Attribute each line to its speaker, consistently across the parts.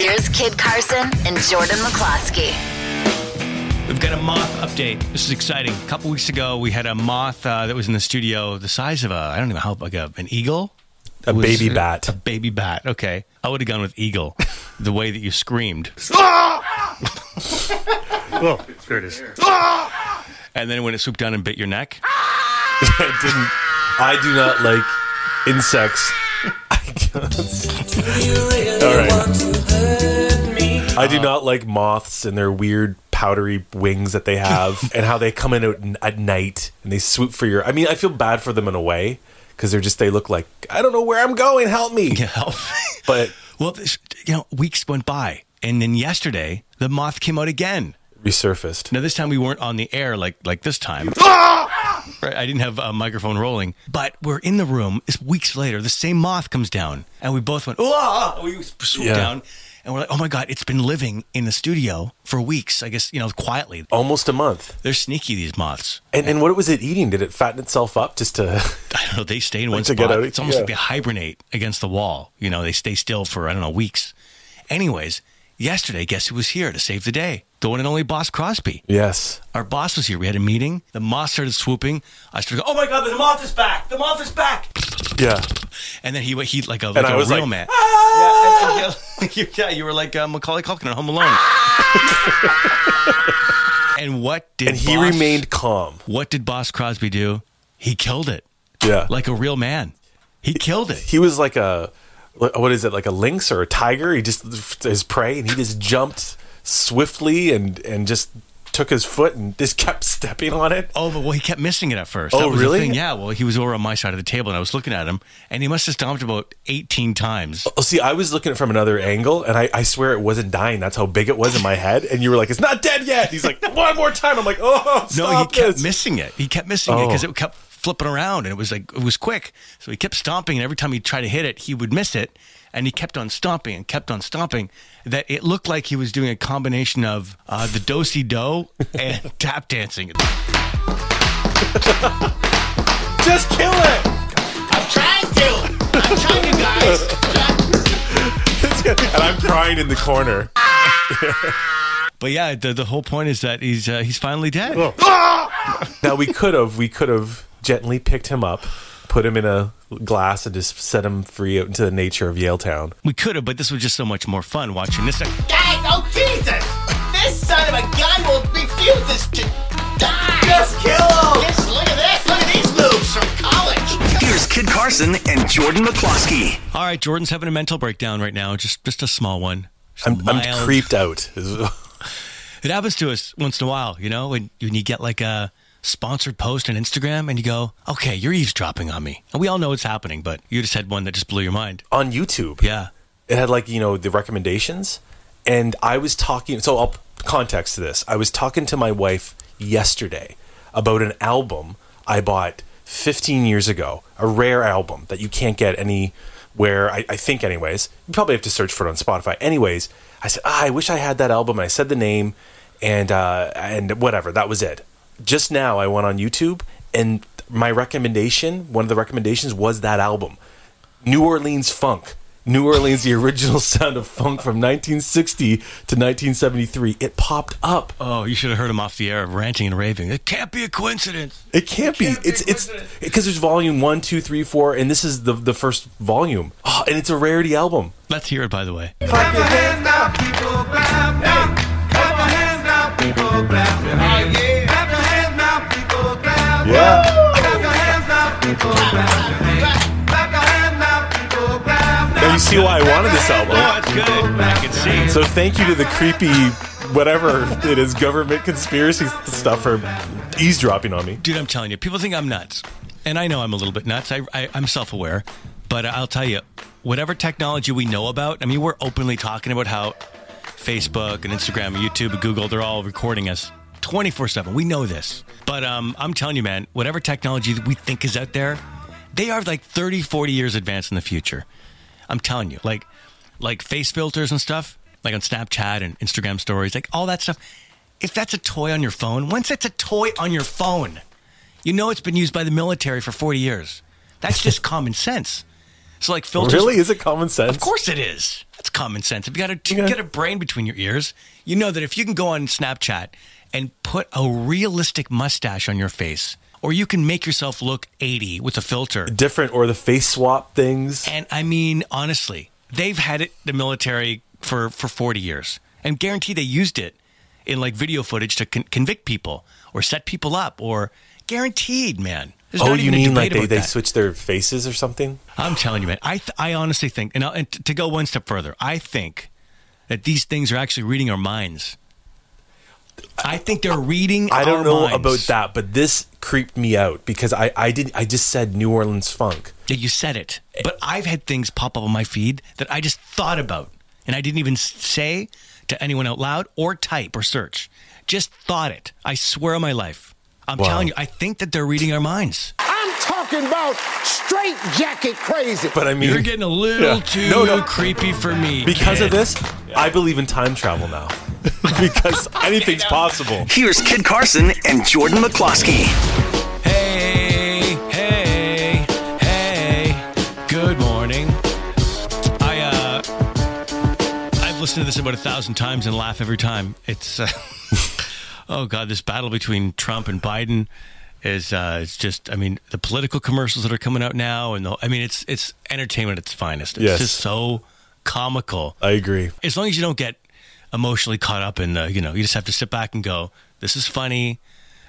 Speaker 1: Here's Kid Carson and Jordan McCloskey.
Speaker 2: We've got a moth update. This is exciting. A couple weeks ago, we had a moth uh, that was in the studio the size of a, I don't even know how, like a, an eagle?
Speaker 3: A
Speaker 2: It was-
Speaker 3: baby bat.
Speaker 2: A baby bat. Okay. I would have gone with eagle, the way that you screamed.
Speaker 4: Oh, there it is.
Speaker 2: And then when it swooped down and bit your neck,
Speaker 3: I didn't. I do not like insects. I don't- All right. I do not like moths and their weird powdery wings that they have, and how they come in at, at night and they swoop for your. I mean, I feel bad for them in a way because they're just they look like I don't know where I'm going. Help me!
Speaker 2: you know.
Speaker 3: But
Speaker 2: well, this, you know, weeks went by. And then yesterday, the moth came out again.
Speaker 3: resurfaced.
Speaker 2: Now, this time we weren't on the air like, like this time.
Speaker 3: Ah!
Speaker 2: Right, I didn't have a microphone rolling, but we're in the room. It's weeks later. The same moth comes down, and we both went, "Oh!" We swooped
Speaker 3: Yeah.
Speaker 2: down, and we're like, "Oh my god!" It's been living in the studio for weeks. I guess you know, quietly.
Speaker 3: Almost a month.
Speaker 2: They're sneaky. These moths.
Speaker 3: And and what was it eating? Did it fatten itself up just to?
Speaker 2: I don't know. They stay in one
Speaker 3: to
Speaker 2: spot.
Speaker 3: get out-
Speaker 2: it's almost
Speaker 3: yeah.
Speaker 2: like they hibernate against the wall. You know, they stay still for I don't know weeks. Anyways, yesterday, guess who was here to save the day? The one and only Boss Crosby.
Speaker 3: Yes.
Speaker 2: Our boss was here. We had a meeting. The moth started swooping. I started going, "Oh my god! The moth is back! The moth is back!"
Speaker 3: Yeah.
Speaker 2: And then he went- he like a like
Speaker 3: I
Speaker 2: a
Speaker 3: was
Speaker 2: real
Speaker 3: like, "Ah!"
Speaker 2: man. Yeah, and- and- yeah, yeah, you were like uh, Macaulay Culkin on Home Alone. and what did
Speaker 3: Ah! And he
Speaker 2: Boss-
Speaker 3: remained calm.
Speaker 2: What did Boss Crosby do? He killed it
Speaker 3: Yeah.
Speaker 2: like a real man. He killed it.
Speaker 3: he was like a like- what is it like a lynx or a tiger he just his prey and he just jumped swiftly and and just took his foot and just kept stepping on it
Speaker 2: Oh, but well, he kept missing it at first.
Speaker 3: Oh,
Speaker 2: That was the
Speaker 3: really?
Speaker 2: thing. Yeah. Well, he was over on my side of the table, and I was looking at him, and he must have stomped about eighteen times.
Speaker 3: oh see i was looking at it from another angle and I, I swear it wasn't dying that's how big it was in my head and you were like it's not dead yet he's like one more time i'm like oh
Speaker 2: No,
Speaker 3: stop
Speaker 2: he kept
Speaker 3: this.
Speaker 2: missing it. He kept missing it
Speaker 3: Oh.
Speaker 2: because it kept flipping around and it was like it was quick. So he kept stomping, and every time he tried to hit it, he would miss it, and he kept on stomping and kept on stomping. That it looked like he was doing a combination of uh, the dosey do and tap dancing.
Speaker 3: just kill it
Speaker 2: I'm telling you guys.
Speaker 3: and i'm crying in the corner
Speaker 2: But yeah, the, the whole point is that he's uh, he's finally dead.
Speaker 3: now we could have we could have gently picked him up put him in a glass and just set him free out into the nature of yale town
Speaker 2: We could have, but this was just so much more fun watching this.
Speaker 5: Guys, oh Jesus! This son of a gun will refuse to die! Just kill him! Just look at this! Look at these moves from college!
Speaker 6: Here's Kid Carson and Jordan McCloskey.
Speaker 2: All right, Jordan's having a mental breakdown right now, just just a small one. Just
Speaker 3: I'm,
Speaker 2: mild.
Speaker 3: I'm creeped out.
Speaker 2: It happens to us once in a while, you know, when, when you get like a sponsored post on Instagram and you go, okay, you're eavesdropping on me. And we all know it's happening, but you just had one that just blew your mind.
Speaker 3: On YouTube,
Speaker 2: Yeah.
Speaker 3: it had like you know the recommendations, and I was talking. So I'll context to this. I was talking to my wife yesterday about an album I bought 15 years ago, a rare album that you can't get anywhere. I, I think, anyways, you probably have to search for it on Spotify. Anyways, I said, ah, I wish I had that album. And I said the name, and uh, and whatever. That was it. Just now, I went on YouTube, and my recommendation, one of the recommendations, was that album. New Orleans funk. New Orleans, the original sound of funk from 1960 to 1973. It popped up.
Speaker 2: Oh, you should have heard him off the air ranting and raving. It can't be a coincidence.
Speaker 3: It can't be. It's it's because there's volume one, two, three, four, and this is the the first volume. Oh, and it's a rarity album.
Speaker 2: Let's hear it, by the way.
Speaker 7: Clap your hands now, people clap now. Clap your hands now, people clap now. Clap your hands now, people clap now. Clap your hands now, people clap now. Clap your hands now, people clap
Speaker 3: Now
Speaker 7: now.
Speaker 3: you see why I wanted this
Speaker 2: Oh,
Speaker 3: album.
Speaker 2: it's good. I can see.
Speaker 3: So thank you to the creepy, whatever it is, government conspiracy stuff for eavesdropping on me.
Speaker 2: Dude, I'm telling you, people think I'm nuts. And I know I'm a little bit nuts. I, I, I'm self aware. But I'll tell you, whatever technology we know about, I mean, we're openly talking about how Facebook and Instagram and YouTube and Google, they're all recording us 24 7. We know this. But um, I'm telling you, man, whatever technology that we think is out there, they are like 30, 40 years advanced in the future. I'm telling you, like, like face filters and stuff, like on Snapchat and Instagram stories, like all that stuff. If that's a toy on your phone, once it's a toy on your phone, you know it's been used by the military for 40 years. That's just common sense. It's like filters.
Speaker 3: Really? Is it common sense?
Speaker 2: Of course it is. That's common sense. If you got a you get a brain between your ears, you know that if you can go on Snapchat and put a realistic mustache on your face, or you can make yourself look 80 with a filter.
Speaker 3: Different or the face swap things.
Speaker 2: And I mean, honestly, they've had it the military for for 40 years, and guarantee they used it in like video footage to con- convict people or set people up or guaranteed, man. There's
Speaker 3: Oh,
Speaker 2: not
Speaker 3: you
Speaker 2: even a
Speaker 3: mean
Speaker 2: debate
Speaker 3: like they,
Speaker 2: about
Speaker 3: they
Speaker 2: that.
Speaker 3: switch their faces or something?
Speaker 2: I'm telling you, man. I th- I honestly think, and, I'll, and t- to go one step further, I think that these things are actually reading our minds. I think they're reading.
Speaker 3: I don't
Speaker 2: our
Speaker 3: know
Speaker 2: minds.
Speaker 3: about that, but this creeped me out because I, I did I just said New Orleans funk.
Speaker 2: Yeah, You said it, but I've had things pop up on my feed that I just thought about, and I didn't even s- say to anyone out loud or type or search. Just thought it. I swear on my life. I'm
Speaker 3: Wow.
Speaker 2: telling you, I think that they're reading our minds.
Speaker 4: I'm talking about straight jacket crazy.
Speaker 3: But I mean,
Speaker 2: You're getting a little
Speaker 3: Yeah.
Speaker 2: too
Speaker 3: No, no.
Speaker 2: creepy for me
Speaker 3: because
Speaker 2: kid.
Speaker 3: of this, I believe in time travel now. because anything's possible.
Speaker 6: Here's Kid Carson and Jordan McCloskey.
Speaker 2: Hey, hey, hey. Good morning. I uh I've listened to this about a thousand times and laugh every time. It's uh, oh god, this battle between Trump and Biden is uh it's just I mean, the political commercials that are coming out now and the I mean it's it's entertainment at its finest. It's
Speaker 3: Yes.
Speaker 2: just so comical
Speaker 3: I agree.
Speaker 2: as long as you don't get emotionally caught up in the, you know, you just have to sit back and go, this is funny.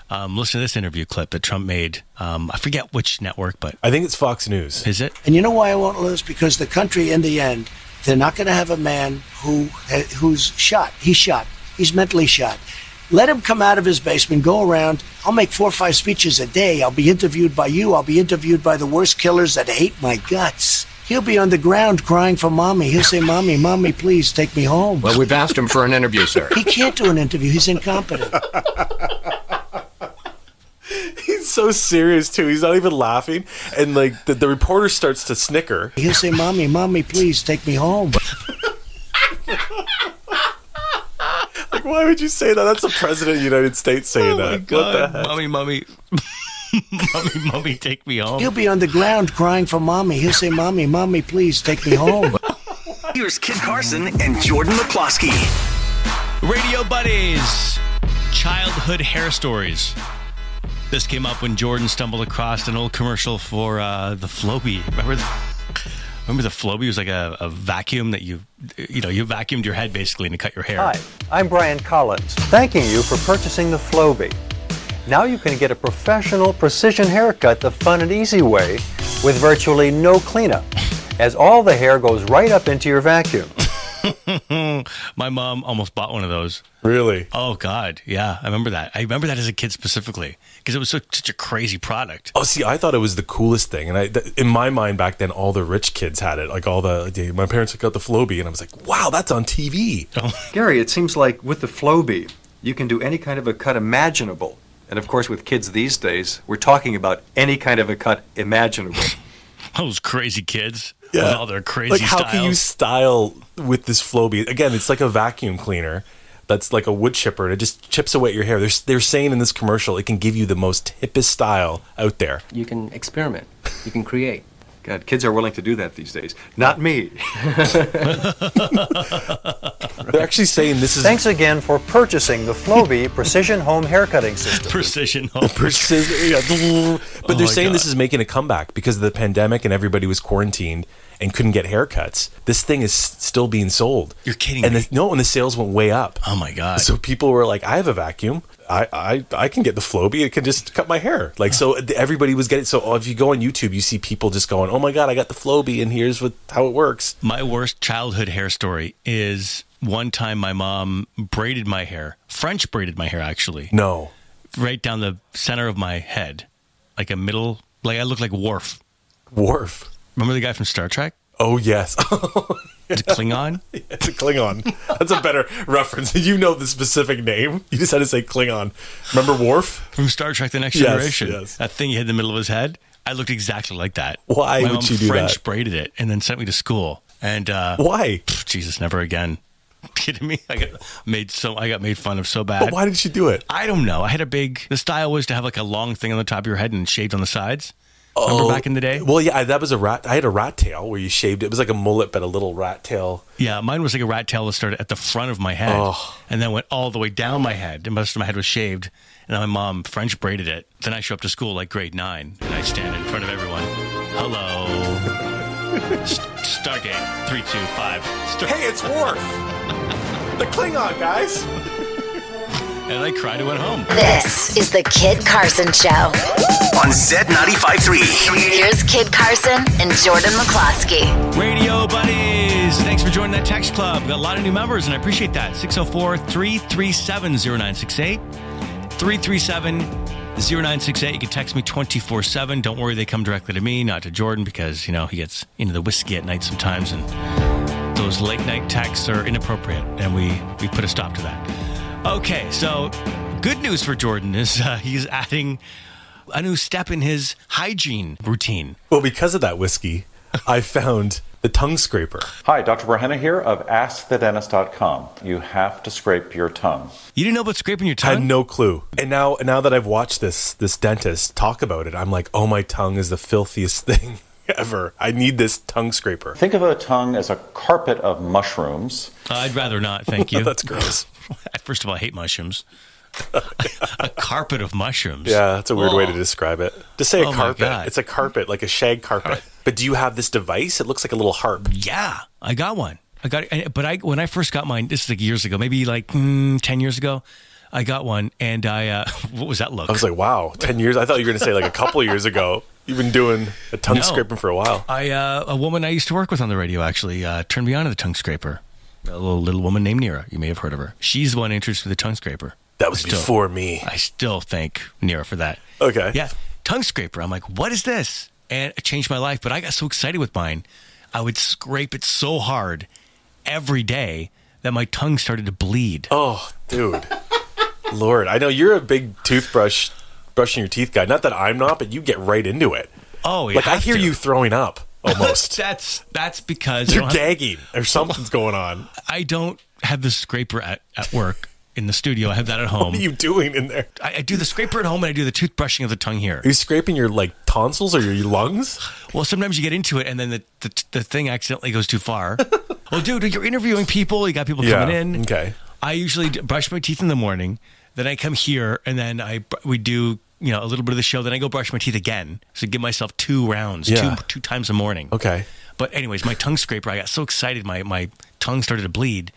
Speaker 2: Um, listen to this interview clip that Trump made. Um, I forget which network, but
Speaker 3: I think it's Fox News.
Speaker 2: is it?
Speaker 8: And you know why I won't lose? Because the country, in the end, they're not going to have a man who eh, who's shot. He's shot. He's mentally shot. Let him come out of his basement, go around. I'll make four or five speeches a day. I'll be interviewed by you. I'll be interviewed by the worst killers that hate my guts. He'll be on the ground crying for mommy. He'll say, "Mommy, mommy, please take me home."
Speaker 9: Well, we've asked him for an interview, sir.
Speaker 8: he can't do an interview. He's incompetent.
Speaker 3: He's so serious too. He's not even laughing, and like the, the reporter starts to snicker.
Speaker 8: He'll say, "Mommy, mommy, please take me home."
Speaker 3: Like, why would you say that? That's the president of the United States saying
Speaker 2: Oh
Speaker 3: that.
Speaker 2: my
Speaker 3: What the
Speaker 2: God.
Speaker 3: heck?
Speaker 2: Mummy, mummy. mummy, mummy, take me home.
Speaker 8: He'll be on the ground crying for mommy. He'll say, "Mommy, mommy, please take me home."
Speaker 6: Here's Kid Carson and Jordan McCloskey.
Speaker 2: Radio Buddies, childhood hair stories. This came up when Jordan stumbled across an old commercial for uh, the Floby. Remember, the, remember the Floby was like a, a vacuum that you, you know, you vacuumed your head basically and it cut your hair.
Speaker 10: Hi, I'm Brian Collins, thanking you for purchasing the Flowbee. Now you can get a professional precision haircut the fun and easy way with virtually no cleanup, as all the hair goes right up into your vacuum.
Speaker 2: My mom almost bought one of those.
Speaker 3: Really?
Speaker 2: Oh God, yeah, I remember that. I remember that as a kid specifically because it was so, such a crazy product.
Speaker 3: Oh, see, I thought it was the coolest thing, and I, th- in my mind back then, all the rich kids had it. Like all the, they- my parents got the Floby, and I was like, wow, that's on TV.
Speaker 2: Oh,
Speaker 10: Gary, it seems like with the Flowbee, you can do any kind of a cut imaginable. And of course, with kids these days, we're talking about any kind of a cut imaginable.
Speaker 2: Those crazy kids with all their crazy
Speaker 3: Like, how can you
Speaker 2: styles.
Speaker 3: style with this Floby? Again, it's like a vacuum cleaner that's like a wood chipper, and it just chips away at your hair. They're, s- they're saying in this commercial, it can give you the most hippest style out there.
Speaker 9: You can experiment. You can create.
Speaker 10: God, kids are willing to do that these days. Not me.
Speaker 3: They're actually saying this is
Speaker 10: again for purchasing the Flowbee Precision Home Haircutting System.
Speaker 2: precision. home.
Speaker 3: Precision- yeah. But
Speaker 2: Oh my
Speaker 3: they're saying this
Speaker 2: God.
Speaker 3: is making a comeback because of the pandemic and everybody was quarantined and couldn't get haircuts. This thing is s- still being sold.
Speaker 2: You're kidding
Speaker 3: And
Speaker 2: me.
Speaker 3: the, no, and the sales went way up.
Speaker 2: Oh my God.
Speaker 3: So people were like, "I have a vacuum. I I, I can get the Flowbee. It can just cut my hair." Like so, th- everybody was getting. So if you go on YouTube, you see people just going, "Oh my God, I got the Flowbee, and here's what how it works."
Speaker 2: My worst childhood hair story is one time my mom braided my hair, French braided my hair actually,
Speaker 3: No,
Speaker 2: right down the center of my head, like a middle, like I looked like Worf.
Speaker 3: Worf.
Speaker 2: Remember the guy from Star Trek,
Speaker 3: Oh yes,
Speaker 2: the Klingon?
Speaker 3: it's a Klingon. That's a better reference. You know the specific name. You just had to say Klingon. Remember Worf?
Speaker 2: from Star Trek: The Next
Speaker 3: Yes,
Speaker 2: Generation.
Speaker 3: yes.
Speaker 2: That thing he had in the middle of his head. I looked exactly like that.
Speaker 3: Why
Speaker 2: My
Speaker 3: would
Speaker 2: mom
Speaker 3: you do
Speaker 2: French
Speaker 3: that?
Speaker 2: braided it and then sent me to school. And uh,
Speaker 3: Why?
Speaker 2: pff, Jesus, never again. Kidding me? I got made so I got made fun of so bad.
Speaker 3: But why did she do it?
Speaker 2: I don't know. I had a big. The style was to have like a long thing on the top of your head and shaved on the sides.
Speaker 3: Oh,
Speaker 2: Remember back in the day?
Speaker 3: Well, yeah, I, that was a rat. I had a rat tail where you shaved it. It was like a mullet, but a little rat tail.
Speaker 2: Yeah, mine was like a rat tail that started at the front of my head
Speaker 3: Oh.
Speaker 2: and then went all the way down my head. And most of my head was shaved. And then my mom French braided it. Then I show up to school like grade nine and I stand in front of everyone. Hello. S- Stargate 325. Star-
Speaker 3: Hey, it's Worf, the Klingon guys.
Speaker 2: And I cried and went home.
Speaker 1: This is the Kid Carson Show.
Speaker 6: on Z95.3.
Speaker 1: Here's Kid Carson and Jordan McCloskey.
Speaker 2: Radio buddies, thanks for joining that text club. We've got a lot of new members, and I appreciate that. 604 337 0968. 337 0968. You can text me 24 7. Don't worry, they come directly to me, not to Jordan, because, you know, he gets into the whiskey at night sometimes, and those late night texts are inappropriate, and we, we put a stop to that. Okay, so good news for Jordan is uh, he's adding a new step in his hygiene routine.
Speaker 3: Well, because of that whiskey, I found the tongue scraper.
Speaker 11: Hi, Dr. Bohanna here of AskTheDentist.com. You have to scrape your tongue.
Speaker 2: You didn't know about scraping your
Speaker 3: I
Speaker 2: tongue?
Speaker 3: had no clue. And now, now that I've watched this this dentist talk about it, I'm like, oh, my tongue is the filthiest thing ever. I need this tongue scraper.
Speaker 11: Think of a tongue as a carpet of mushrooms.
Speaker 2: Uh, I'd rather not, thank you.
Speaker 3: Oh, That's gross.
Speaker 2: First of all, I hate mushrooms. a carpet of mushrooms.
Speaker 3: Yeah, that's a weird way to
Speaker 2: Oh.
Speaker 3: describe it. To say a
Speaker 2: Oh my
Speaker 3: carpet,
Speaker 2: God.
Speaker 3: it's a carpet, like a shag carpet. But do you have this device? It looks like a little harp.
Speaker 2: Yeah, I got one. I got, and- but I when I first got mine, this is like years ago, maybe like mm, ten years ago. I got one, and I uh, what was that look?
Speaker 3: I was like, wow, 10 years. I thought you were going to say like a couple years ago. You've been doing a tongue
Speaker 2: No.
Speaker 3: scraping for a while.
Speaker 2: I uh, a woman I used to work with on the radio actually uh, turned me on to the tongue scraper. A little little woman named Nira. You may have heard of her. She's the one introduced me to the tongue scraper.
Speaker 3: That was
Speaker 2: Still.
Speaker 3: before me.
Speaker 2: I still thank Nira for that.
Speaker 3: Okay.
Speaker 2: Yeah, tongue scraper. I'm like, what is this? And it changed my life. But I got so excited with mine, I would scrape it so hard every day that my tongue started to bleed.
Speaker 3: Oh, dude. Lord, I know you're a big toothbrush, brushing your teeth guy. Not that I'm not, but you get right into it.
Speaker 2: Oh, you
Speaker 3: like, I
Speaker 2: have
Speaker 3: hear
Speaker 2: to.
Speaker 3: you throwing up almost.
Speaker 2: That's that's because I
Speaker 3: you're
Speaker 2: don't, have,
Speaker 3: gagging or something's going on.
Speaker 2: I don't have the scraper at, at work in the studio. I have that at home.
Speaker 3: What are you doing in there?
Speaker 2: I, I do the scraper at home and I do the toothbrushing of the tongue here.
Speaker 3: Are you scraping your like tonsils or your lungs?
Speaker 2: Well, sometimes you get into it and then the the, the thing accidentally goes too far. well, dude, you're interviewing people. You got people
Speaker 3: Yeah,
Speaker 2: coming in.
Speaker 3: okay.
Speaker 2: I usually d- brush my teeth in the morning. Then I come here and then I br- we do you know a little bit of the show. Then I go brush my teeth again. So give myself two rounds,
Speaker 3: Yeah.
Speaker 2: two two times a morning.
Speaker 3: Okay.
Speaker 2: But anyways, my tongue scraper. I got so excited, my my tongue started to bleed,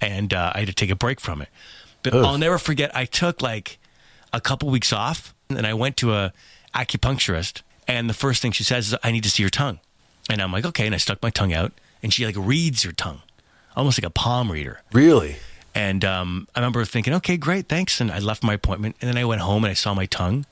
Speaker 2: and uh, I had to take a break from it. But I'll never forget. I took like a couple weeks off, and I went to a acupuncturist, and the first thing she says is, "I need to see your tongue," and I'm like, "Okay," and I stuck my tongue out, and she like reads your tongue, almost like a palm reader.
Speaker 3: Really?
Speaker 2: And um, I remember thinking, okay, great, thanks. And I left my appointment. And then I went home and I saw my tongue.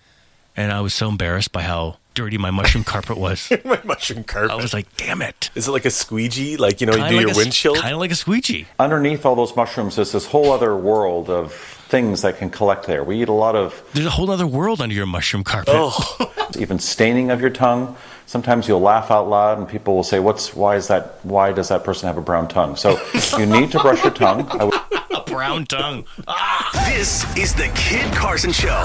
Speaker 2: And I was so embarrassed by how dirty my mushroom carpet was.
Speaker 3: My mushroom carpet.
Speaker 2: I was like, damn it.
Speaker 3: Is it like a squeegee? Like, you know, you do your windshield?
Speaker 2: Kind of like a squeegee.
Speaker 11: Underneath all those mushrooms is this whole other world of things that can collect there. We eat a lot of
Speaker 2: There's a whole other world under your mushroom carpet.
Speaker 3: oh,
Speaker 11: even staining of your tongue. Sometimes you'll laugh out loud and people will say, "What's why is that why does that person have a brown tongue?" So you need to brush your tongue. I would-
Speaker 2: A brown tongue.
Speaker 6: This is the Kid Carson Show.